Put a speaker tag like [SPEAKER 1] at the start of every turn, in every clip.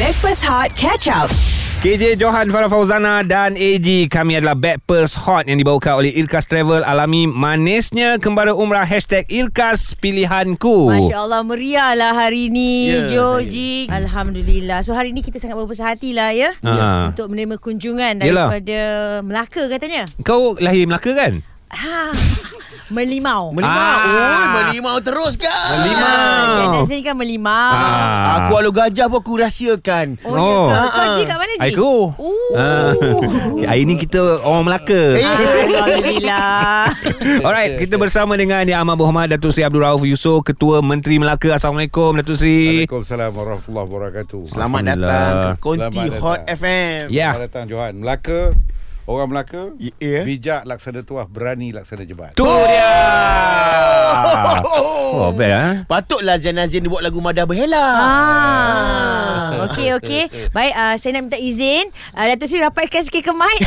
[SPEAKER 1] Backpass Hot Catch Up.
[SPEAKER 2] KJ Johan Farah Fauzana dan AG Kami adalah Backpers Hot Yang dibawakan oleh Irkas Travel Alami manisnya Kembali umrah Hashtag Irkas Pilihanku
[SPEAKER 3] Masya Allah meriah lah hari ni
[SPEAKER 4] Ya,
[SPEAKER 3] yeah, Joji Alhamdulillah So hari ni kita sangat berbesar hati lah ya
[SPEAKER 2] Ha.
[SPEAKER 3] Untuk menerima kunjungan
[SPEAKER 2] Yelah.
[SPEAKER 3] daripada Melaka katanya
[SPEAKER 2] Kau lahir Melaka kan?
[SPEAKER 3] ha, Melimau
[SPEAKER 4] Melimau.
[SPEAKER 2] Ah.
[SPEAKER 4] Ah. Oi, melimau terus kan? ke?
[SPEAKER 3] Saya
[SPEAKER 2] Melimau
[SPEAKER 3] sini kan melimau
[SPEAKER 2] Ah.
[SPEAKER 4] Aku alu gajah pun aku rahsiakan.
[SPEAKER 3] Oh, oh.
[SPEAKER 2] Oh.
[SPEAKER 3] Ya, ke? Kau Ji kat mana Ji?
[SPEAKER 2] Aku
[SPEAKER 3] Ooh.
[SPEAKER 2] Ah. Okay, Hari ni kita orang Melaka
[SPEAKER 3] Eh. Alhamdulillah
[SPEAKER 2] Alright Kita bersama dengan Yang Ahmad Muhammad Datuk Seri Abdul Rauf Yusof Ketua Menteri Melaka Assalamualaikum Datuk Seri
[SPEAKER 5] Waalaikumsalam warahmatullahi wabarakatuh.
[SPEAKER 4] Selamat
[SPEAKER 2] Alhamdulillah.
[SPEAKER 4] datang ke Konti
[SPEAKER 5] Selamat datang.
[SPEAKER 4] Hot FM.
[SPEAKER 2] Ya
[SPEAKER 5] Selamat datang Johan. Melaka, orang Melaka,
[SPEAKER 4] Y- ya.
[SPEAKER 5] bijak laksana tuah, berani laksana jebat.
[SPEAKER 2] Tu dia Oh best ah.
[SPEAKER 4] Patutlah Zain Azin buat lagu Madah Berhela.
[SPEAKER 3] Ah, okey okey. Baik, uh, saya nak minta izin uh, Datuk Sri rapatkan sikit ke mic.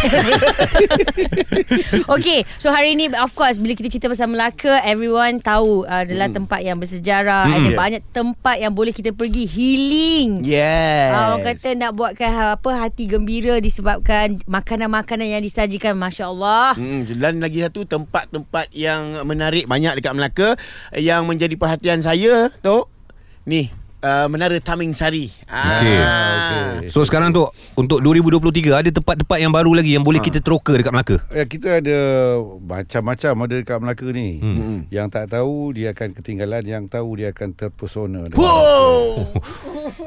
[SPEAKER 3] okey, so hari ini of course bila kita cerita pasal Melaka, everyone tahu uh, adalah tempat yang bersejarah ada
[SPEAKER 4] Yeah.
[SPEAKER 3] banyak tempat yang boleh kita pergi healing.
[SPEAKER 4] Yes.
[SPEAKER 3] Ah, orang kata nak buatkan ha- apa hati gembira disebabkan makanan-makanan yang disajikan masya-Allah.
[SPEAKER 4] Hmm, dan lagi satu tempat-tempat yang menarik banyak dekat Melaka yang menjadi perhatian saya tu ni uh, Menara Taming Sari.
[SPEAKER 2] Okey.
[SPEAKER 4] Ah.
[SPEAKER 2] So sekarang tu untuk 2023 ada tempat-tempat yang baru lagi yang boleh kita teroka dekat Melaka.
[SPEAKER 5] Ya, kita ada macam-macam ada dekat Melaka ni. Hmm. Yang tak tahu dia akan ketinggalan, yang tahu dia akan terpesona. dengan
[SPEAKER 4] Wow.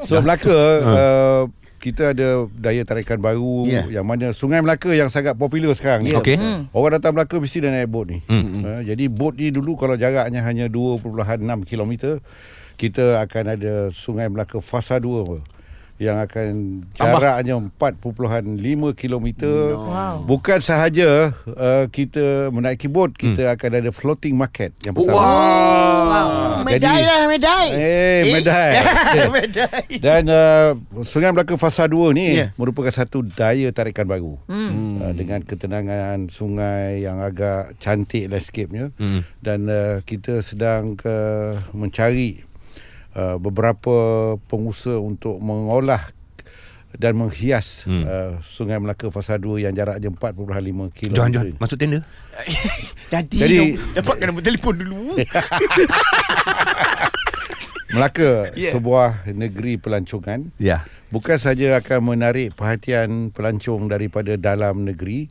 [SPEAKER 5] So Melaka uh, kita ada daya tarikan baru
[SPEAKER 4] Ya.
[SPEAKER 5] yeah. yang mana Sungai Melaka yang sangat popular sekarang ni.
[SPEAKER 2] Ya. Okey. Hmm.
[SPEAKER 5] Orang datang Melaka mesti dah naik bot ni. Uh, jadi bot ni dulu kalau jaraknya hanya 2.6 km kita akan ada Sungai Melaka fasa 2 apa yang akan
[SPEAKER 4] Tambah.
[SPEAKER 5] jaraknya 4.5 km. No. Bukan sahaja uh, kita menaiki bot, kita akan ada floating market yang pertama.
[SPEAKER 4] Wow. Medai
[SPEAKER 5] Jadi-
[SPEAKER 4] lah, medai.
[SPEAKER 5] Eh, medai.
[SPEAKER 4] medai.
[SPEAKER 5] Dan uh, Sungai Melaka Fasa 2 ni
[SPEAKER 4] Ya.
[SPEAKER 5] yeah. merupakan satu daya tarikan baru. Hmm. Uh, dengan ketenangan sungai yang agak cantik landscape-nya hmm. dan uh, kita sedang ke mencari uh, beberapa pengusaha untuk mengolah dan menghias hmm. uh, Sungai Melaka Fasa 2 yang jaraknya 4.5 km.
[SPEAKER 2] Johan Johan masuk tenda.
[SPEAKER 4] Nanti
[SPEAKER 5] Jadi-
[SPEAKER 4] Jadi, dapat kena bertelefon dulu.
[SPEAKER 5] Melaka
[SPEAKER 4] Ya.
[SPEAKER 5] yeah. sebuah negeri pelancongan.
[SPEAKER 2] Ya.
[SPEAKER 5] bukan saja akan menarik perhatian pelancong daripada dalam negeri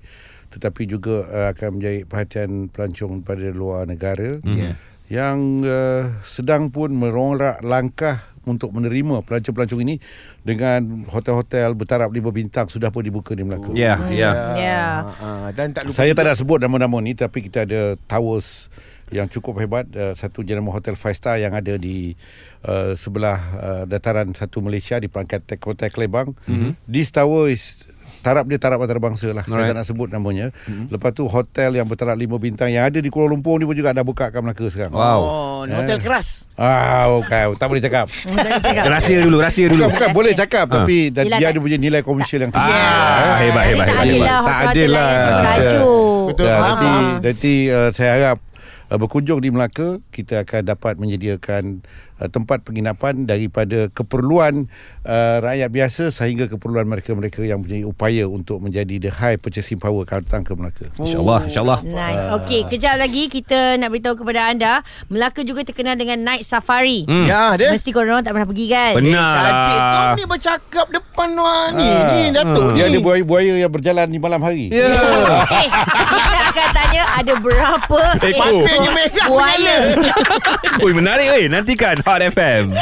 [SPEAKER 5] tetapi juga uh, akan menjadi perhatian pelancong daripada luar negara yeah. yang uh, sedang pun merorak langkah untuk menerima pelancong-pelancong ini dengan hotel-hotel bertaraf lima bintang sudah pun dibuka di Melaka.
[SPEAKER 2] Ya, ya.
[SPEAKER 3] Ya.
[SPEAKER 4] Ah, dan tak lupa juga-
[SPEAKER 5] Saya tak nak sebut nama-nama ni tapi kita ada towers yang cukup hebat uh, satu jenama hotel five star yang ada di uh, sebelah uh, dataran satu Malaysia di pangkat Tek- Kota Kelebang. Mm-hmm. This tower is taraf dia taraf antarabangsa lah. Saya
[SPEAKER 2] Mhm. Alright. Mhm.
[SPEAKER 5] tak nak sebut namanya. Mm-hmm. Lepas tu hotel yang bertaraf lima bintang yang ada di Kuala Lumpur ni pun juga dah buka kat Melaka sekarang.
[SPEAKER 2] Wow.
[SPEAKER 4] Oh, ni
[SPEAKER 5] Eh.
[SPEAKER 4] hotel keras.
[SPEAKER 5] Ah, bukan. tak boleh cakap.
[SPEAKER 3] Orang cakap.
[SPEAKER 2] Rahsia dulu, rahsia dulu.
[SPEAKER 5] Bukan, bukan boleh cakap
[SPEAKER 2] Ah.
[SPEAKER 5] tapi dah-
[SPEAKER 3] Yelah,
[SPEAKER 5] dia
[SPEAKER 3] tak-
[SPEAKER 5] ada punya nilai komersial yang tinggi. eh,
[SPEAKER 2] Ah, hebat
[SPEAKER 3] Tapi
[SPEAKER 2] hebat
[SPEAKER 3] tak
[SPEAKER 2] hebat.
[SPEAKER 3] adil lah
[SPEAKER 2] hebat.
[SPEAKER 5] Tak
[SPEAKER 3] hotel-hotel
[SPEAKER 5] adil lah.
[SPEAKER 3] yang Tajuk.
[SPEAKER 5] Betul.
[SPEAKER 2] Ah.
[SPEAKER 5] Ya, nanti nanti uh, saya harap uh, berkunjung di Melaka kita akan dapat menyediakan uh, tempat penginapan daripada keperluan uh, rakyat biasa sehingga keperluan mereka-mereka yang punya upaya untuk menjadi the high purchasing power kalau datang ke Melaka.
[SPEAKER 2] Insya-Allah, insya-Allah.
[SPEAKER 3] Nice. Okey, kejap lagi kita nak beritahu kepada anda, Melaka juga terkenal dengan night safari. Hmm.
[SPEAKER 4] Ya, dia.
[SPEAKER 3] Mesti korang orang tak pernah pergi kan?
[SPEAKER 2] Benar.
[SPEAKER 5] Ah.
[SPEAKER 4] Cantik kau
[SPEAKER 2] lah.
[SPEAKER 4] ni bercakap depan wah ni. Ni Datuk
[SPEAKER 5] Hmm. Dia
[SPEAKER 4] ni.
[SPEAKER 5] ada buaya-buaya yang berjalan di malam hari.
[SPEAKER 2] Ya.
[SPEAKER 3] Eh, kita akan tanya ada berapa eh,
[SPEAKER 2] Ekor.
[SPEAKER 4] Matanya merah
[SPEAKER 3] buaya.
[SPEAKER 2] Ui menarik weh. Nantikan Hot FM.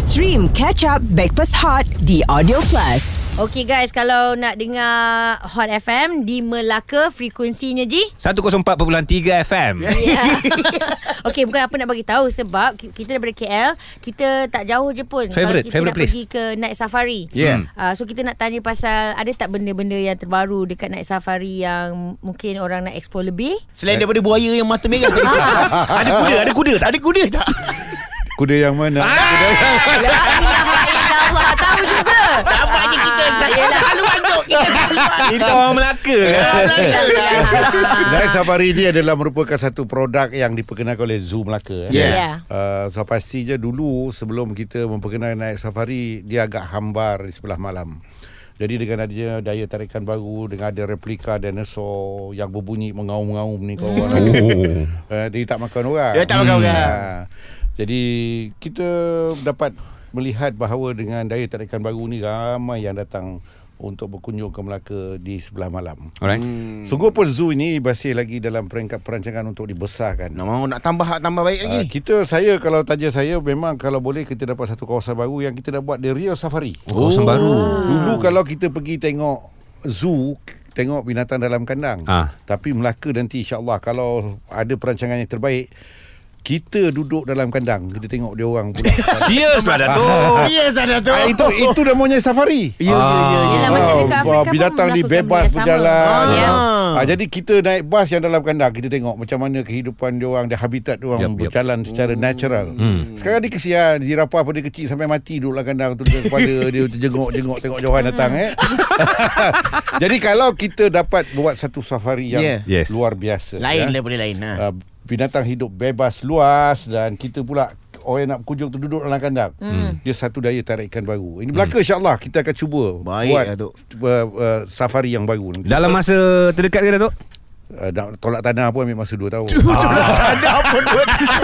[SPEAKER 1] Stream Catch Up Backpass Hot di Audio Plus.
[SPEAKER 3] Okey guys, kalau nak dengar Hot FM di Melaka, frekuensinya Ji?
[SPEAKER 2] 104.3 FM.
[SPEAKER 3] Ya. Okey, bukan apa nak bagi tahu sebab ki- kita daripada KL, kita tak jauh je pun. kalau
[SPEAKER 2] Favourite,
[SPEAKER 3] kita
[SPEAKER 2] favourite
[SPEAKER 3] nak
[SPEAKER 2] place.
[SPEAKER 3] pergi ke night safari.
[SPEAKER 4] Yeah.
[SPEAKER 3] Uh, so kita nak tanya pasal ada tak benda-benda yang terbaru dekat night safari yang mungkin orang nak explore lebih?
[SPEAKER 4] Selain daripada buaya yang mata merah tadi. ada kuda, ada kuda tak? Ada kuda tak?
[SPEAKER 5] Kuda yang
[SPEAKER 2] Ah.
[SPEAKER 5] mana? Kuda
[SPEAKER 2] Lah,
[SPEAKER 3] Alhamdulillah, Alhamdulillah, tahu juga.
[SPEAKER 4] Apa je kita
[SPEAKER 3] Ah, yelah.
[SPEAKER 4] selalu antuk kita selalu
[SPEAKER 2] Itu orang Melaka kan?
[SPEAKER 5] Dan safari ni adalah merupakan satu produk yang diperkenalkan oleh Zoo Melaka. eh.
[SPEAKER 2] Yes.
[SPEAKER 3] Yeah.
[SPEAKER 5] Uh, so pastinya dulu sebelum kita memperkenalkan naik safari dia agak hambar di sebelah malam. Jadi dengan adanya daya tarikan baru dengan ada replika dinosaur yang berbunyi mengaum-ngaum ni kau orang.
[SPEAKER 2] Oh.
[SPEAKER 5] Uh, dia tak makan orang.
[SPEAKER 4] Dia Ya, tak makan orang.
[SPEAKER 5] Ah. Jadi kita dapat melihat bahawa dengan daya tarikan baru ni ramai yang datang untuk berkunjung ke Melaka di sebelah malam.
[SPEAKER 2] Alright.
[SPEAKER 5] Sungguh pun zoo ini masih lagi dalam peringkat perancangan untuk dibesarkan.
[SPEAKER 4] Nak mau nak tambah tambah baik lagi
[SPEAKER 5] Uh,
[SPEAKER 4] ni.
[SPEAKER 5] kita saya kalau tanya saya memang kalau boleh kita dapat satu kawasan baru yang kita dah buat the real safari.
[SPEAKER 2] Oh, kawasan baru.
[SPEAKER 5] Dulu kalau kita pergi tengok zoo tengok binatang dalam kandang.
[SPEAKER 2] Ah.
[SPEAKER 5] Tapi Melaka nanti insya-Allah kalau ada perancangan yang terbaik kita duduk dalam kandang kita tengok dia orang pula.
[SPEAKER 2] Serius lah Datuk.
[SPEAKER 4] Oh, yes ada tu.
[SPEAKER 5] ah, itu itu namanya safari.
[SPEAKER 4] Ya ya ya. ya.
[SPEAKER 3] Yelah, macam dekat
[SPEAKER 5] Ah, wah,
[SPEAKER 3] Afrika pun
[SPEAKER 5] binatang ni
[SPEAKER 3] melakukan
[SPEAKER 5] bebas
[SPEAKER 3] benda yang sama. ya.
[SPEAKER 5] berjalan.
[SPEAKER 4] Ah.
[SPEAKER 5] Ah. Ah, jadi kita naik bas yang dalam kandang kita tengok macam mana kehidupan dia orang, dia habitat dia orang
[SPEAKER 2] Yup, Hmm. yup.
[SPEAKER 5] berjalan secara
[SPEAKER 3] Hmm.
[SPEAKER 5] natural. Sekarang ni kesian zirafah pada kecil sampai mati duduk dalam kandang tu dengan kepala dia tu jenguk-jenguk tengok Johan
[SPEAKER 3] Hmm.
[SPEAKER 5] datang eh. jadi kalau kita dapat buat satu safari yang
[SPEAKER 4] Yeah.
[SPEAKER 2] Yes.
[SPEAKER 5] luar biasa.
[SPEAKER 4] Lain
[SPEAKER 5] ya.
[SPEAKER 4] daripada lain ha.
[SPEAKER 5] Ah, binatang hidup bebas luas dan kita pula orang yang nak kunjung tu duduk dalam kandang. Hmm. Dia satu daya tarikan baru. Ini Melaka insya-Allah kita akan cuba
[SPEAKER 4] Hmm. Baik,
[SPEAKER 5] buat
[SPEAKER 4] Datuk.
[SPEAKER 5] uh, uh, safari yang baru nanti.
[SPEAKER 2] Dalam masa terdekat ke Datuk?
[SPEAKER 5] Uh, nak tolak tanah pun ambil masa 2 tahun.
[SPEAKER 4] Ada apa dua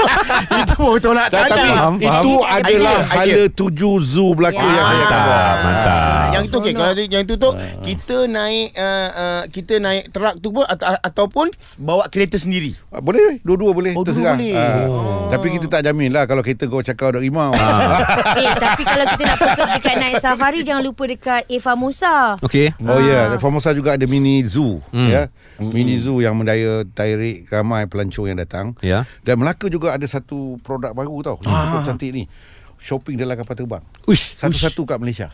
[SPEAKER 4] Itu baru tolak
[SPEAKER 5] Ta- tapi
[SPEAKER 4] tanah.
[SPEAKER 2] Faham, faham.
[SPEAKER 5] itu
[SPEAKER 4] Idea,
[SPEAKER 5] adalah
[SPEAKER 4] idea.
[SPEAKER 5] hala tuju zoo
[SPEAKER 4] Oh,
[SPEAKER 5] Melaka
[SPEAKER 3] Ya.
[SPEAKER 5] yang saya akan buat.
[SPEAKER 2] Mantap, mantap.
[SPEAKER 4] Yang itu okey kalau dia- yang itu tu kita naik uh, uh, kita naik truck tu pun atau, ataupun bawa kereta sendiri.
[SPEAKER 5] Ah, Boleh, dua-dua boleh
[SPEAKER 4] Oh, dua
[SPEAKER 5] terserah.
[SPEAKER 4] boleh. Oh.
[SPEAKER 5] Ah, Tapi kita tak jamin lah kalau kereta kau cakap dok rimau.
[SPEAKER 2] Ah.
[SPEAKER 3] Eh tapi kalau kita nak fokus dekat naik safari Jangan lupa dekat A Famosa
[SPEAKER 2] Okey.
[SPEAKER 5] Oh ya, yeah. Formosa juga ada mini zoo
[SPEAKER 2] Hmm.
[SPEAKER 5] mm. ya. Mini zoo yang mendaya tarik ramai pelancong yang datang.
[SPEAKER 2] Ya.
[SPEAKER 5] Dan Melaka juga ada satu produk baru tau. Ah. cantik ni. Shopping dalam kapal terbang.
[SPEAKER 2] Uish.
[SPEAKER 5] Satu-satu kat Malaysia.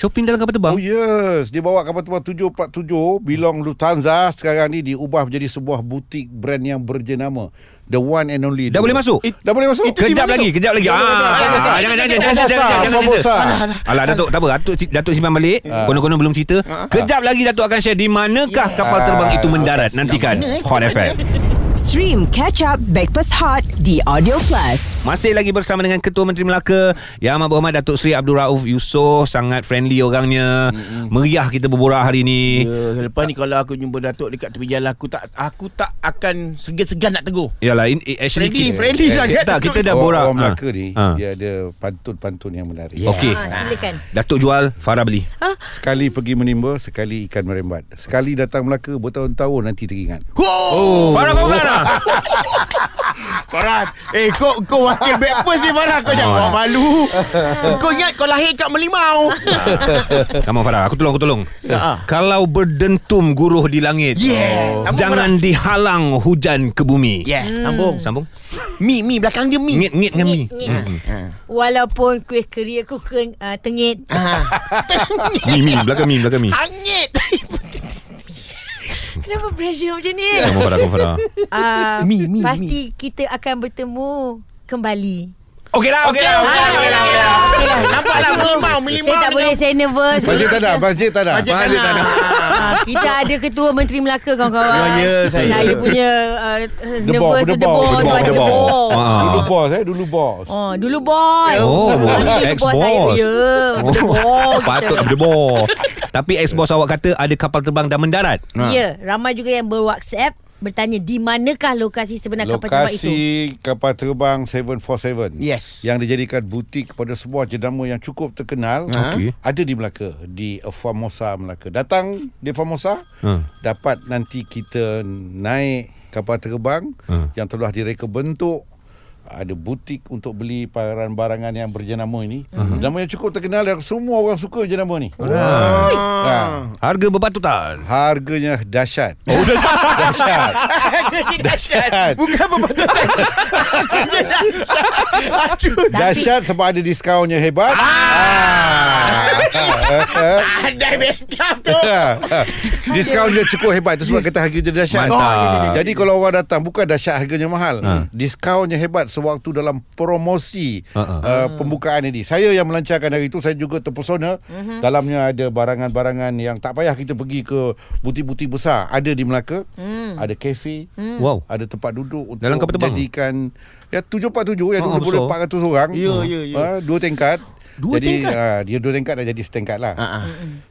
[SPEAKER 2] Shopping dalam kapal terbang?
[SPEAKER 5] Oh yes, dia bawa kapal terbang 747 Bilong Lufthansa sekarang ni diubah menjadi sebuah butik brand yang berjenama The One and Only.
[SPEAKER 2] Dah boleh masuk?
[SPEAKER 5] It, dah boleh masuk.
[SPEAKER 2] Kejap lagi, kejap lagi. Ah, jangan jangan jangan jangan jangan jangan cerita.
[SPEAKER 5] Formosa.
[SPEAKER 2] Ah. Alah Datuk, tak apa. Datuk Datuk simpan balik.
[SPEAKER 5] Ah.
[SPEAKER 2] Kono-kono belum cerita.
[SPEAKER 4] Ah.
[SPEAKER 2] Kejap lagi Datuk akan share di manakah
[SPEAKER 4] Ya.
[SPEAKER 2] kapal terbang
[SPEAKER 5] Ah.
[SPEAKER 2] itu mendarat. Nantikan
[SPEAKER 4] eh?
[SPEAKER 2] Hot FM.
[SPEAKER 1] Stream Catch Up Backpass Hot The Audio Plus.
[SPEAKER 2] Masih lagi bersama dengan Ketua Menteri Melaka Yang amat berhormat Datuk Seri Abdul Rauf Yusof Sangat friendly orangnya mm-hmm. Meriah kita berbual hari ni
[SPEAKER 4] Ya, lepas ni kalau aku jumpa Datuk dekat tepi jalan aku tak aku tak akan segan-segan nak tegur.
[SPEAKER 2] Yalah in, in- actually
[SPEAKER 4] Friendly,
[SPEAKER 2] kita-
[SPEAKER 4] friendly sangat,
[SPEAKER 2] Tak,
[SPEAKER 4] Datuk.
[SPEAKER 2] kita dah
[SPEAKER 5] Orang-
[SPEAKER 2] borak
[SPEAKER 5] Oh, Orang Melaka
[SPEAKER 2] Ah.
[SPEAKER 5] ni Ya.
[SPEAKER 2] Ah.
[SPEAKER 5] dia ada pantun-pantun yang menarik.
[SPEAKER 2] Okey
[SPEAKER 3] ha,
[SPEAKER 4] Ya.
[SPEAKER 3] Silakan
[SPEAKER 2] Datuk jual Farah beli
[SPEAKER 5] Sekali pergi menimba, sekali ikan merembat. Sekali datang Melaka bertahun-tahun nanti teringat.
[SPEAKER 2] Oh, Farah Fauzana
[SPEAKER 4] Farah Eh kau kau wakil breakfast ni Farah Kau jangan buat malu Kau ingat kau lahir kat Melimau
[SPEAKER 2] Kamu Farah Aku tolong aku tolong
[SPEAKER 4] Ya.
[SPEAKER 2] Kalau berdentum guruh di langit Oh.
[SPEAKER 4] Yes. Sambung,
[SPEAKER 2] Jangan dihalang hujan ke bumi
[SPEAKER 4] Yes Sambung
[SPEAKER 2] Sambung
[SPEAKER 4] Mi mi belakang dia mi
[SPEAKER 2] Ngit ngit dengan mi
[SPEAKER 3] Ngit, ngit.
[SPEAKER 2] Mm-hmm.
[SPEAKER 3] Walaupun kuih keri aku ke, uh, tengit
[SPEAKER 2] Ah. Mi mi belakang mi belakang
[SPEAKER 4] Ha.
[SPEAKER 2] mi
[SPEAKER 4] Hangit
[SPEAKER 3] Kenapa pressure macam ni
[SPEAKER 2] Kamu Farah kamu Farah
[SPEAKER 3] uh,
[SPEAKER 4] Mi, mi,
[SPEAKER 3] Pasti kita akan bertemu Kembali
[SPEAKER 2] Okey lah okey lah okey lah, okey lah okey lah.
[SPEAKER 4] Nampak lah Melimau Melimau
[SPEAKER 3] Saya tak boleh saya nervous
[SPEAKER 5] Masjid tanah, masjid tanah.
[SPEAKER 4] Masjid
[SPEAKER 2] Masjid
[SPEAKER 4] tanah
[SPEAKER 3] Ah, kita ada ketua menteri Melaka kawan-kawan.
[SPEAKER 4] Ya, ya, saya.
[SPEAKER 3] saya punya uh,
[SPEAKER 5] Debor,
[SPEAKER 3] nervous debor,
[SPEAKER 5] debor, debor,
[SPEAKER 3] tu ada
[SPEAKER 2] debor.
[SPEAKER 3] debor.
[SPEAKER 2] Ah.
[SPEAKER 5] Dulu bos eh, dulu bos.
[SPEAKER 3] Oh, dulu bos.
[SPEAKER 2] Oh,
[SPEAKER 3] Ini dulu bos saya.
[SPEAKER 2] ex-boss.
[SPEAKER 3] Ya,
[SPEAKER 2] Oh,
[SPEAKER 3] debor. kita.
[SPEAKER 2] Patut berdebor Tapi ex-boss awak kata Ada kapal terbang dah mendarat
[SPEAKER 3] Ya, ramai juga yang ber-WhatsApp bertanya di manakah lokasi sebenar kapal terbang itu.
[SPEAKER 5] Lokasi kapal terbang 747
[SPEAKER 4] Yes.
[SPEAKER 5] Yang dijadikan butik kepada sebuah jenama yang cukup terkenal
[SPEAKER 2] Okey.
[SPEAKER 5] Ada di Melaka Di Formosa Melaka Datang di Formosa
[SPEAKER 2] Ha.
[SPEAKER 5] Dapat nanti kita naik kapal terbang
[SPEAKER 2] Ha.
[SPEAKER 5] Yang telah direka bentuk ada butik untuk beli barang-barangan yang berjenama ini. Uh-huh. Jenama yang cukup terkenal yang semua orang suka jenama ni. Ha.
[SPEAKER 2] Harga berbatutan
[SPEAKER 5] Harganya dahsyat. Oh, dahsyat.
[SPEAKER 4] Dahsyat Bukan pembantu Aduh
[SPEAKER 5] Dahsyat sebab ada diskaunnya hebat. Ah. Ya.
[SPEAKER 4] Pandai makeup tu
[SPEAKER 5] Diskaun dia cukup hebat Itu sebab kata harga dia dahsyat
[SPEAKER 2] Mantap.
[SPEAKER 5] Jadi kalau orang datang Bukan dahsyat harganya mahal Diskaunnya hebat sewaktu dalam promosi
[SPEAKER 2] Uh-uh.
[SPEAKER 5] uh-uh. uh, pembukaan ini. Saya yang melancarkan hari itu saya juga terpesona. Uh-huh. Dalamnya ada barangan-barangan yang tak payah kita pergi ke butik-butik besar. Ada di Melaka, ada kafe,
[SPEAKER 2] Wow.
[SPEAKER 5] ada tempat duduk untuk
[SPEAKER 2] Oh. Dalam kapal terbang?
[SPEAKER 5] jadikan ya 747 yang
[SPEAKER 2] Oh,
[SPEAKER 5] dulu boleh
[SPEAKER 2] besar.
[SPEAKER 5] 400 orang.
[SPEAKER 4] Ya, ya, ya.
[SPEAKER 5] Ah, dua tingkat.
[SPEAKER 4] Dua
[SPEAKER 5] jadi,
[SPEAKER 4] tingkat?
[SPEAKER 5] ah, dia dua tingkat dah jadi setingkat lah.
[SPEAKER 4] Ah, ah.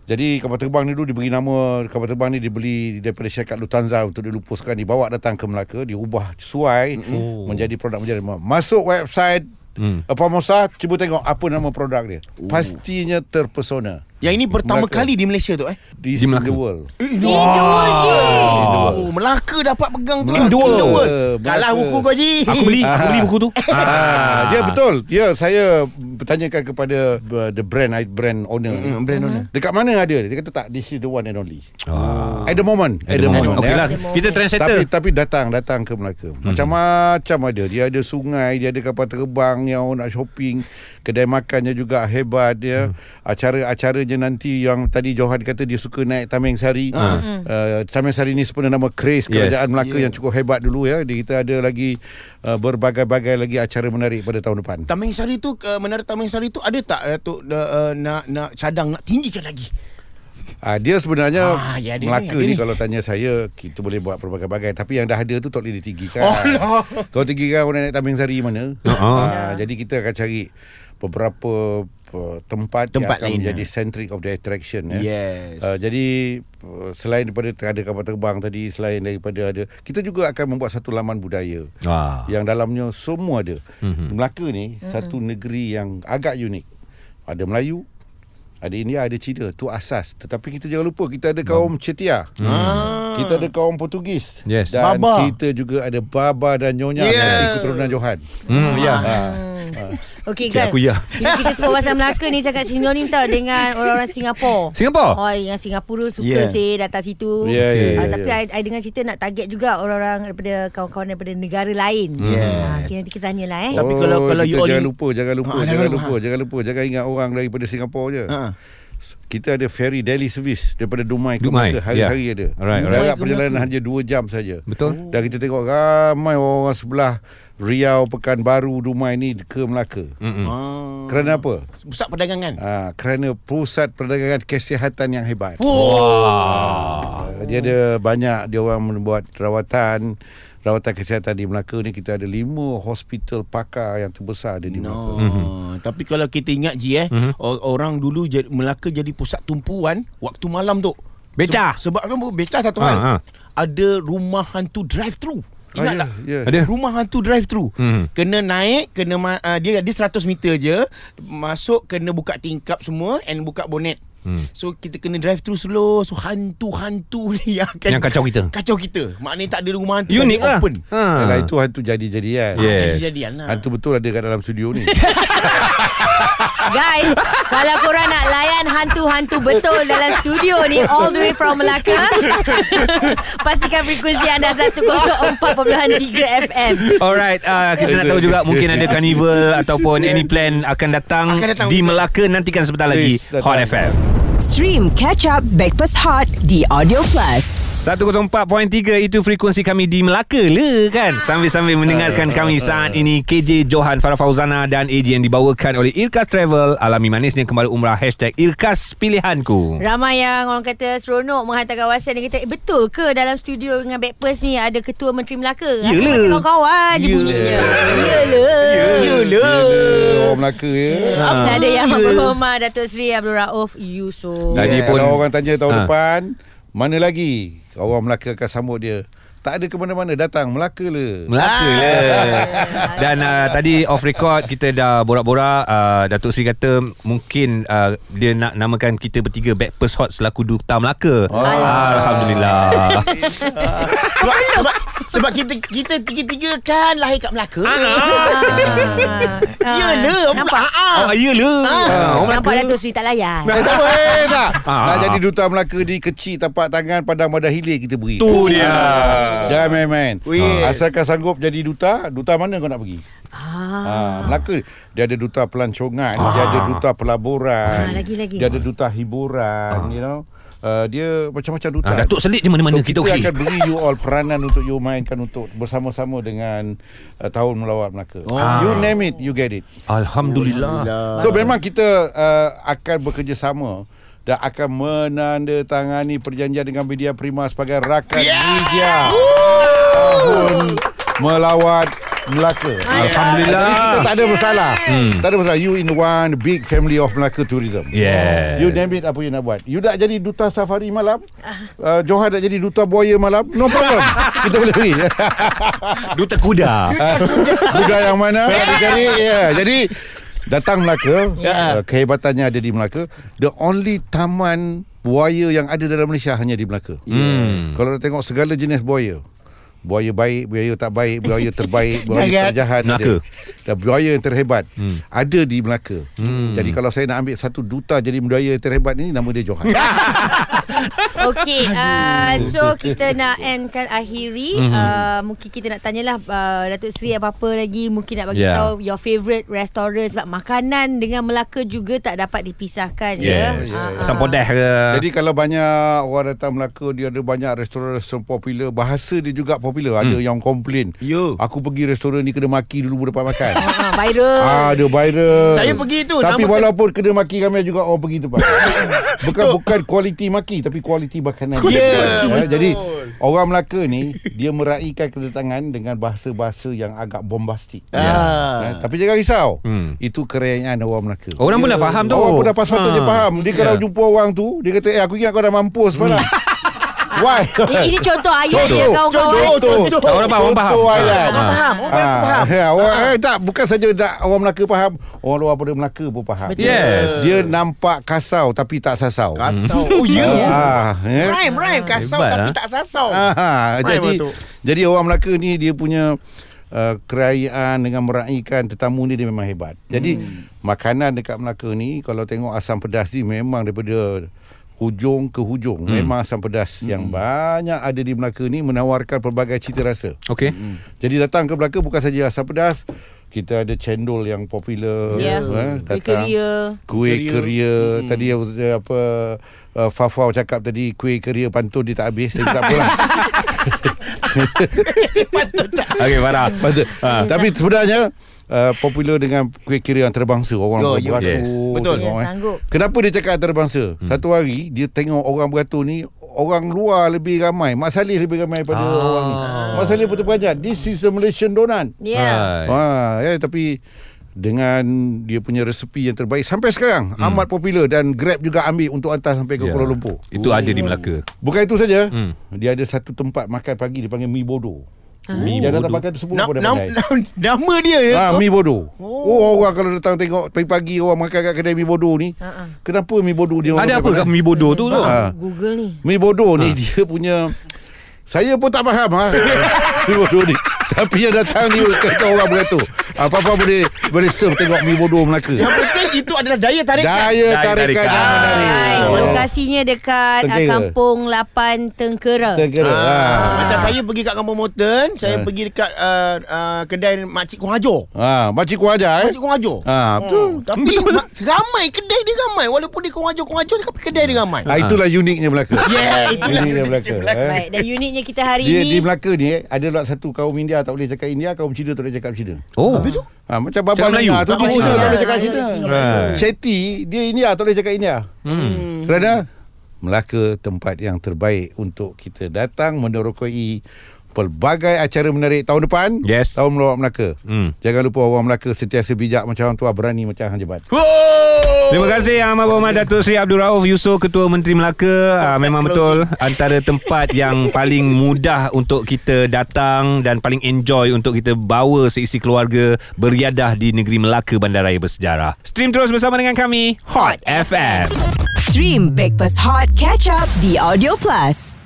[SPEAKER 5] Jadi kapal terbang ni dulu diberi nama kapal terbang ni dibeli daripada syarikat Lufthansa untuk dilupuskan dibawa datang ke Melaka diubah suai
[SPEAKER 2] Oh.
[SPEAKER 5] menjadi produk menjadi masuk website
[SPEAKER 2] Hmm.
[SPEAKER 5] hmm. Pramosa cuba tengok apa nama produk dia.
[SPEAKER 4] Oh.
[SPEAKER 5] Pastinya terpesona.
[SPEAKER 4] Yang ini pertama
[SPEAKER 5] Melaka.
[SPEAKER 4] kali di Malaysia tu eh.
[SPEAKER 5] This
[SPEAKER 2] Di
[SPEAKER 5] is
[SPEAKER 2] Melaka.
[SPEAKER 5] the world.
[SPEAKER 4] In the world je. Oh, Melaka dapat pegang tu.
[SPEAKER 5] In the world. Melaka.
[SPEAKER 4] Kalah buku kau je.
[SPEAKER 2] Aku beli Aku beli buku tu
[SPEAKER 5] Ah, ya betul. Ya saya bertanyakan kepada uh, the brand I- brand owner.
[SPEAKER 4] Mm, brand owner.
[SPEAKER 5] Dekat mana ada? Dia kata tak this is the one and only. Ah. At the moment, at,
[SPEAKER 2] At the moment Okay
[SPEAKER 5] ya.
[SPEAKER 2] lah Kita
[SPEAKER 5] Tapi
[SPEAKER 2] trendsetter
[SPEAKER 5] tapi datang datang ke Melaka. Macam-macam ada. Dia ada sungai, dia ada kapal terbang yang orang nak shopping, kedai makannya juga hebat dia. Acara-acaranya nanti yang tadi Johan kata dia suka naik Tameng Sari. Uh, Tameng Sari ni sebenarnya nama craze
[SPEAKER 2] Yes.
[SPEAKER 5] kerajaan Melaka yang cukup hebat dulu ya. Dia kita ada lagi uh, berbagai-bagai lagi acara menarik pada tahun depan.
[SPEAKER 4] Taman Sari tu uh, Menara Taman Sari tu ada tak Datuk uh, nak nak cadang nak tinggikan lagi.
[SPEAKER 5] Ah dia sebenarnya
[SPEAKER 4] Ah,
[SPEAKER 5] ah,
[SPEAKER 4] ya,
[SPEAKER 5] ya,
[SPEAKER 4] dia
[SPEAKER 5] Melaka
[SPEAKER 4] ni, dia
[SPEAKER 5] ni,
[SPEAKER 4] ni.
[SPEAKER 5] kalau tanya saya kita boleh buat pelbagai-bagai tapi yang dah ada tu tak boleh ditinggikan.
[SPEAKER 4] Oh, lah.
[SPEAKER 5] Kalau tinggikan orang naik Tambing Sari mana? Ah, jadi kita akan cari beberapa uh,
[SPEAKER 4] Tempat
[SPEAKER 5] tempat, yang akan
[SPEAKER 4] lain,
[SPEAKER 5] menjadi centric of the attraction ya.
[SPEAKER 4] Yes.
[SPEAKER 5] Ah, jadi uh, selain daripada ada kapal terbang tadi selain daripada ada kita juga akan membuat satu laman budaya.
[SPEAKER 2] Ah.
[SPEAKER 5] Yang dalamnya semua ada. Mm-hmm. Melaka ni
[SPEAKER 4] Mhm.
[SPEAKER 5] mm-hmm. satu negeri yang agak unik. Ada Melayu, ada India, ada Cina. Tu asas. Tetapi kita jangan lupa kita ada kaum Cetia. Hmm. Kita ada kaum Portugis.
[SPEAKER 2] Yes.
[SPEAKER 5] Dan
[SPEAKER 4] Baba.
[SPEAKER 5] kita juga ada Baba dan Nyonya
[SPEAKER 4] Yeah.
[SPEAKER 5] yeah. dari keturunan Johan. Hmm. Ya. Ha.
[SPEAKER 3] Okey
[SPEAKER 2] Okey,
[SPEAKER 3] kan?
[SPEAKER 2] aku ya.
[SPEAKER 3] Bila kita sebut pasal Melaka ni cakap sinonim tau dengan orang-orang Singapura.
[SPEAKER 2] Singapura?
[SPEAKER 3] Oh, yang Singapura suka
[SPEAKER 4] Yeah.
[SPEAKER 3] yeah. sih datang situ.
[SPEAKER 5] Yeah, yeah,
[SPEAKER 3] Ah,
[SPEAKER 5] yeah,
[SPEAKER 3] tapi
[SPEAKER 5] yeah.
[SPEAKER 3] I, I dengar cerita nak target juga orang-orang daripada kawan-kawan daripada negara lain.
[SPEAKER 4] Yeah.
[SPEAKER 3] Ah, okay, nanti kita tanyalah eh.
[SPEAKER 4] Tapi kalau- kalau
[SPEAKER 5] Oh, kita
[SPEAKER 4] you
[SPEAKER 5] jangan
[SPEAKER 4] only-
[SPEAKER 5] lupa, jangan lupa,
[SPEAKER 4] Ah,
[SPEAKER 5] jangan,
[SPEAKER 4] jangan
[SPEAKER 5] lupa,
[SPEAKER 4] lupa.
[SPEAKER 5] jangan lupa, jangan ingat orang daripada Singapura je.
[SPEAKER 2] Hmm.
[SPEAKER 4] Ha.
[SPEAKER 5] Kita ada ferry daily service daripada Dumai ke
[SPEAKER 2] Dumai,
[SPEAKER 5] Melaka hari-hari
[SPEAKER 2] yeah.
[SPEAKER 5] ada.
[SPEAKER 2] Alright, alright.
[SPEAKER 5] Jarak
[SPEAKER 4] Dumai ke
[SPEAKER 5] perjalanan hanya 2 jam saja.
[SPEAKER 2] Betul.
[SPEAKER 5] Dan kita tengok ramai orang sebelah Riau, Pekanbaru, Dumai ni ke Melaka.
[SPEAKER 2] Hmm.
[SPEAKER 5] Mm.
[SPEAKER 4] Ah.
[SPEAKER 5] Kerana apa?
[SPEAKER 4] Pusat perdagangan.
[SPEAKER 5] Ha, kerana pusat perdagangan kesihatan yang hebat.
[SPEAKER 2] Ah.
[SPEAKER 5] Ha, Dia ada banyak dia orang membuat rawatan rawatan kesihatan di Melaka ni kita ada lima hospital pakar yang terbesar ada di Melaka.
[SPEAKER 4] No.
[SPEAKER 2] Mhm.
[SPEAKER 4] Mm-hmm. Tapi kalau kita ingat je eh, mm-hmm. orang dulu jadi, Melaka jadi pusat tumpuan waktu malam tu.
[SPEAKER 2] Beca.
[SPEAKER 4] Se- sebab kan becah satu
[SPEAKER 2] Ha,
[SPEAKER 4] hal.
[SPEAKER 2] ha.
[SPEAKER 4] Ada rumah hantu drive thru. Ingat
[SPEAKER 5] Ah,
[SPEAKER 4] tak?
[SPEAKER 5] ya, ya.
[SPEAKER 2] Ada.
[SPEAKER 4] Rumah hantu drive thru.
[SPEAKER 2] Hmm.
[SPEAKER 4] Kena naik, kena ma- uh, dia dia 100 meter je, masuk kena buka tingkap semua and buka bonet. Hmm. So kita kena drive thru slow So hantu-hantu ni yang akan
[SPEAKER 2] Yang kacau kita.
[SPEAKER 4] Kacau kita Maknanya tak ada rumah hantu
[SPEAKER 2] Unik
[SPEAKER 4] tak ada
[SPEAKER 2] lah
[SPEAKER 4] Open
[SPEAKER 2] ha.
[SPEAKER 5] Yalah itu hantu jadi-jadian.
[SPEAKER 2] Yeah. Yes.
[SPEAKER 4] Jadi-jadian lah
[SPEAKER 5] Hantu betul ada kat dalam studio ni.
[SPEAKER 3] Guys, kalau korang nak layan hantu-hantu betul dalam studio ni all the way from Melaka, pastikan frekuensi anda 104.3 FM.
[SPEAKER 2] Alright, uh, kita nak tahu juga mungkin ada carnival ataupun any plan akan datang,
[SPEAKER 4] Akan datang.
[SPEAKER 2] di Melaka nantikan sebentar lagi
[SPEAKER 5] Please, datang.
[SPEAKER 2] Hot FM.
[SPEAKER 1] Stream Catch Up Backpass Hot di Audio Plus.
[SPEAKER 2] 104.3 itu frekuensi kami di Melaka le kan Sambil-sambil mendengarkan kami saat ini KJ Johan Farah Fauzana dan AJ yang dibawakan oleh Irkas Travel Alami manisnya kembali umrah Hashtag Irkas Pilihanku
[SPEAKER 3] Ramai yang orang kata seronok menghantar kawasan Dia kata eh, betul ke dalam studio dengan Backpers ni Ada Ketua Menteri Melaka Aku
[SPEAKER 2] Yelah.
[SPEAKER 3] macam kawan-kawan je bunyinya Yelah
[SPEAKER 5] Yelah. Orang Melaka ya.
[SPEAKER 3] Tak ada yang berhormat Datuk Seri Abdul Rauf Yusof
[SPEAKER 2] Dan- Tadi
[SPEAKER 5] Yeah.
[SPEAKER 2] pun-
[SPEAKER 5] Kalau orang tanya tahun
[SPEAKER 2] Ha.
[SPEAKER 5] ha. depan Mana lagi Orang Melaka akan sambut dia Tak ada ke mana-mana Datang Melaka le
[SPEAKER 2] Melaka le
[SPEAKER 5] Ah.
[SPEAKER 2] Dan uh, tadi off record kita dah borak-borak uh, Datuk Sri kata mungkin uh, dia nak namakan kita bertiga Backpast Hot selaku Duta Melaka
[SPEAKER 5] Ah.
[SPEAKER 2] Ah, Alhamdulillah
[SPEAKER 4] sebab, sebab, sebab kita kita tiga-tiga kan lahir kat Melaka.
[SPEAKER 5] Ah.
[SPEAKER 4] Ya,
[SPEAKER 3] Ah.
[SPEAKER 4] Yelah,
[SPEAKER 3] Ah. Nampak?
[SPEAKER 2] Oh iya le
[SPEAKER 3] Ah, Nampak Datuk Sri tak layan
[SPEAKER 5] Eh tak apa eh, tak
[SPEAKER 2] Ah.
[SPEAKER 5] Nak jadi duta Melaka ni Kecil tapak tangan Padang pada hilir kita beri
[SPEAKER 2] Oh, dia
[SPEAKER 5] Jangan main-main Ah.
[SPEAKER 4] Yes.
[SPEAKER 5] Asalkan sanggup jadi duta Duta mana kau nak pergi Ah. Melaka dia ada duta pelancongan, ah. dia ada duta
[SPEAKER 3] Ah,
[SPEAKER 5] pelaburan.
[SPEAKER 3] lagi, lagi.
[SPEAKER 5] Dia ada duta hiburan, ah. you know. Uh, dia macam-macam duta.
[SPEAKER 2] Ah, Datuk Selit je mana-mana
[SPEAKER 5] so,
[SPEAKER 2] kita
[SPEAKER 5] kita
[SPEAKER 2] okey.
[SPEAKER 5] akan beri you all peranan untuk you mainkan untuk bersama-sama dengan uh, tahun melawat Melaka. Oh. Ah. You name it, you get it.
[SPEAKER 2] Alhamdulillah.
[SPEAKER 5] So memang kita uh, akan bekerjasama dan akan menandatangani perjanjian dengan Media Prima sebagai rakan yeah! media tahun melawat Melaka.
[SPEAKER 2] Alhamdulillah.
[SPEAKER 5] Jadi kita lah. tak ada masalah. Hmm. Tak ada masalah. You in one big family of Melaka tourism.
[SPEAKER 2] Yeah.
[SPEAKER 5] You name it apa you nak buat. You nak jadi duta safari malam. Uh, Johan nak jadi duta buaya malam. No problem. kita boleh pergi.
[SPEAKER 2] Duta kuda.
[SPEAKER 5] Kuda yang mana Jadi ya Jadi Datang Melaka uh, Kehebatannya ada di Melaka The only taman Buaya yang ada dalam Malaysia Hanya di Melaka Hmm. yes. Kalau nak tengok segala jenis buaya Buaya baik Buaya tak baik Buaya terbaik Buaya
[SPEAKER 4] Jahat.
[SPEAKER 5] terjahat ada.
[SPEAKER 2] Melaka.
[SPEAKER 5] Dan buaya yang terhebat hmm. Ada di Melaka hmm. Jadi kalau saya nak ambil Satu duta jadi buaya yang terhebat ini Nama dia Johan
[SPEAKER 3] Okay uh, So kita nak endkan akhiri mm-hmm. uh, Mungkin kita nak tanyalah uh, Datuk Seri apa-apa lagi Mungkin nak bagi yeah.
[SPEAKER 2] Yeah.
[SPEAKER 3] tahu Your favourite restaurant Sebab makanan dengan Melaka juga Tak dapat dipisahkan
[SPEAKER 2] Yes.
[SPEAKER 3] ya?
[SPEAKER 2] Asam podeh ke.
[SPEAKER 4] Ah.
[SPEAKER 5] Jadi kalau banyak orang datang Melaka dia ada banyak restoran-restoran popular, bahasa dia juga popular. Ada yang komplain.
[SPEAKER 4] Hmm. Yo.
[SPEAKER 5] Aku pergi restoran ni kena maki dulu baru dapat makan.
[SPEAKER 3] uh, Viral
[SPEAKER 5] ah, dia viral.
[SPEAKER 4] Saya pergi tu,
[SPEAKER 5] Tapi
[SPEAKER 4] nama-
[SPEAKER 5] walaupun kena maki ramai juga orang pergi tempat. bukan bukan kualiti maki tapi kualiti makanan.
[SPEAKER 4] Ya,
[SPEAKER 5] Ya,
[SPEAKER 4] betul.
[SPEAKER 5] jadi orang Melaka ni dia meraihkan kedatangan dengan bahasa-bahasa yang agak bombastik.
[SPEAKER 4] Ah.
[SPEAKER 5] Ya, tapi jangan risau.
[SPEAKER 2] Hmm.
[SPEAKER 5] Itu kerayaan orang Melaka.
[SPEAKER 2] Orang pun dah faham tu.
[SPEAKER 5] ya, Orang pun Oh, dah
[SPEAKER 2] Ha.
[SPEAKER 5] sepatutnya faham Dia kalau
[SPEAKER 2] Ya. Hmm.
[SPEAKER 5] jumpa orang tu Dia kata Eh aku ingat kau dah mampus malam Why?
[SPEAKER 3] ini, ini contoh ayat dia eh. kawan-kawan
[SPEAKER 5] Contoh
[SPEAKER 2] Tak, orang faham, orang faham.
[SPEAKER 5] Contoh
[SPEAKER 2] Ha,
[SPEAKER 5] ayat
[SPEAKER 2] orang
[SPEAKER 4] Ah, faham, orang Melaka faham.
[SPEAKER 3] Ha.
[SPEAKER 5] ya, orang, eh, Tak bukan saja tak, Orang Melaka faham Orang luar pada Melaka pun faham
[SPEAKER 2] Betul. Yes.
[SPEAKER 5] Dia nampak kasau Tapi tak sasau
[SPEAKER 4] Kasau. Oh ya.
[SPEAKER 5] Ah, ya.
[SPEAKER 4] Rhyme, rhyme. Kasau
[SPEAKER 2] Hebat,
[SPEAKER 4] tapi
[SPEAKER 2] ah.
[SPEAKER 4] tak sasau.
[SPEAKER 5] Ah,
[SPEAKER 4] Baik,
[SPEAKER 5] jadi
[SPEAKER 4] Datuk.
[SPEAKER 5] jadi orang Melaka ni dia punya uh, kerayaan dengan meraihkan tetamu ni dia memang hebat. Jadi hmm. makanan dekat Melaka ni kalau tengok asam pedas ni memang daripada hujung ke hujung hmm. memang asam pedas hmm. yang banyak ada di Melaka ni menawarkan pelbagai cita rasa.
[SPEAKER 2] Okey.
[SPEAKER 5] Jadi datang ke Melaka bukan saja asam pedas kita ada cendol yang popular
[SPEAKER 3] Ya.
[SPEAKER 5] eh,
[SPEAKER 3] Kuih keria.
[SPEAKER 5] kuih keria hmm. tadi eh, apa uh, Fafau cakap tadi kuih keria pantun dia tak habis jadi tak lah. apalah
[SPEAKER 2] Okey, Farah. Ah.
[SPEAKER 5] Betul. Ha. Tapi sebenarnya uh, popular dengan kuih kira antarabangsa orang
[SPEAKER 4] Yo,
[SPEAKER 5] oh,
[SPEAKER 4] yo.
[SPEAKER 5] beratur.
[SPEAKER 2] Yes.
[SPEAKER 4] Betul.
[SPEAKER 5] tengok, eh.
[SPEAKER 3] Ya, sanggup.
[SPEAKER 5] Kenapa dia cakap antarabangsa? Hmm. Satu hari dia tengok orang beratur ni orang luar lebih ramai. Mak Saleh lebih ramai daripada ah. orang ni. Mak Saleh pun terperanjat. This is a Malaysian donut.
[SPEAKER 3] Yeah.
[SPEAKER 2] Hai.
[SPEAKER 5] Ha, ya, tapi dengan dia punya resepi yang terbaik sampai sekarang hmm. amat popular dan Grab juga ambil untuk hantar sampai ke
[SPEAKER 2] Ya.
[SPEAKER 5] yeah. Kuala Lumpur. Oh.
[SPEAKER 2] Itu ada di Melaka.
[SPEAKER 5] Bukan itu saja. Hmm. Dia ada satu tempat makan pagi dipanggil Mi Bodo. Mi Dia datang
[SPEAKER 2] Bodo.
[SPEAKER 5] makan tu semua
[SPEAKER 4] Na-
[SPEAKER 5] pun dah
[SPEAKER 4] nam-
[SPEAKER 5] pandai.
[SPEAKER 4] nam- Nama dia ya.
[SPEAKER 5] Ah,
[SPEAKER 4] kau?
[SPEAKER 5] mi bodoh. Oh. orang kalau datang tengok pagi-pagi orang makan kat kedai mi bodoh ni. Uh-uh. Kenapa mi bodoh dia? orang
[SPEAKER 2] Ada apa
[SPEAKER 5] makan
[SPEAKER 2] kat Mi Ah. Bodoh tu tu?
[SPEAKER 5] Ah.
[SPEAKER 3] Google ni
[SPEAKER 5] Mi bodoh ni dia punya saya pun tak faham ha. mi bodoh ni. Tapi yang datang ni kata orang beratur. Ah, Apa-apa boleh boleh serve tengok mi bodoh Melaka.
[SPEAKER 4] Yang penting itu adalah daya tarik. kan?
[SPEAKER 5] Daya kan? Ah,
[SPEAKER 2] Daya kan?
[SPEAKER 5] tarikan
[SPEAKER 2] tarikan.
[SPEAKER 5] yang menarik.
[SPEAKER 3] Guys, lokasinya dekat uh,
[SPEAKER 5] Tengkera.
[SPEAKER 3] Kampung 8 Tengkera.
[SPEAKER 5] Tengkera. Ha.
[SPEAKER 4] Ah, Macam saya pergi kat Kampung Moten,
[SPEAKER 5] Eh.
[SPEAKER 4] saya pergi dekat uh, uh, kedai Makcik Kong Hajo.
[SPEAKER 5] Ha, makcik ku ajar eh.
[SPEAKER 4] Makcik Hmm. Kong Hajo. Oh,
[SPEAKER 5] Ah, betul.
[SPEAKER 4] Tapi ma- ramai kedai dia ramai walaupun dia Kong Hajo Kong Hajo tapi kedai dia ramai.
[SPEAKER 5] Ha, itulah uniknya Melaka.
[SPEAKER 4] Yeah, itulah
[SPEAKER 5] uniknya Melaka. Melaka. Eh.
[SPEAKER 3] Baik, dan uniknya kita hari
[SPEAKER 5] Dia
[SPEAKER 3] ini
[SPEAKER 5] di Melaka ni eh, ada lot satu kaum India tak boleh cakap India, kaum Cina tak boleh cakap Cina.
[SPEAKER 2] Oh.
[SPEAKER 5] Ha, macam Baba
[SPEAKER 2] Cakap Melayu.
[SPEAKER 5] Dengar tu
[SPEAKER 2] Baba
[SPEAKER 5] dia Cina
[SPEAKER 2] Cina.
[SPEAKER 5] tak boleh cakap Cina.
[SPEAKER 2] Ha.
[SPEAKER 5] Chetty dia India tak boleh cakap India. Hmm. Kerana Melaka tempat yang terbaik untuk kita datang menerokoi pelbagai acara menarik tahun depan
[SPEAKER 2] Yes.
[SPEAKER 5] tahun melawat Melaka.
[SPEAKER 2] Hmm.
[SPEAKER 5] Jangan lupa orang Melaka sentiasa bijak macam orang tua berani macam hang jebat.
[SPEAKER 2] Terima kasih Yang Amat Berhormat Datuk Seri Abdul Rauf Yusof Ketua Menteri Melaka Ah, Memang betul Antara tempat yang paling mudah Untuk kita datang Dan paling enjoy Untuk kita bawa seisi keluarga Beriadah di negeri Melaka Bandaraya bersejarah Stream terus bersama dengan kami Hot FM
[SPEAKER 1] Stream Breakfast Hot Catch Up The Audio Plus.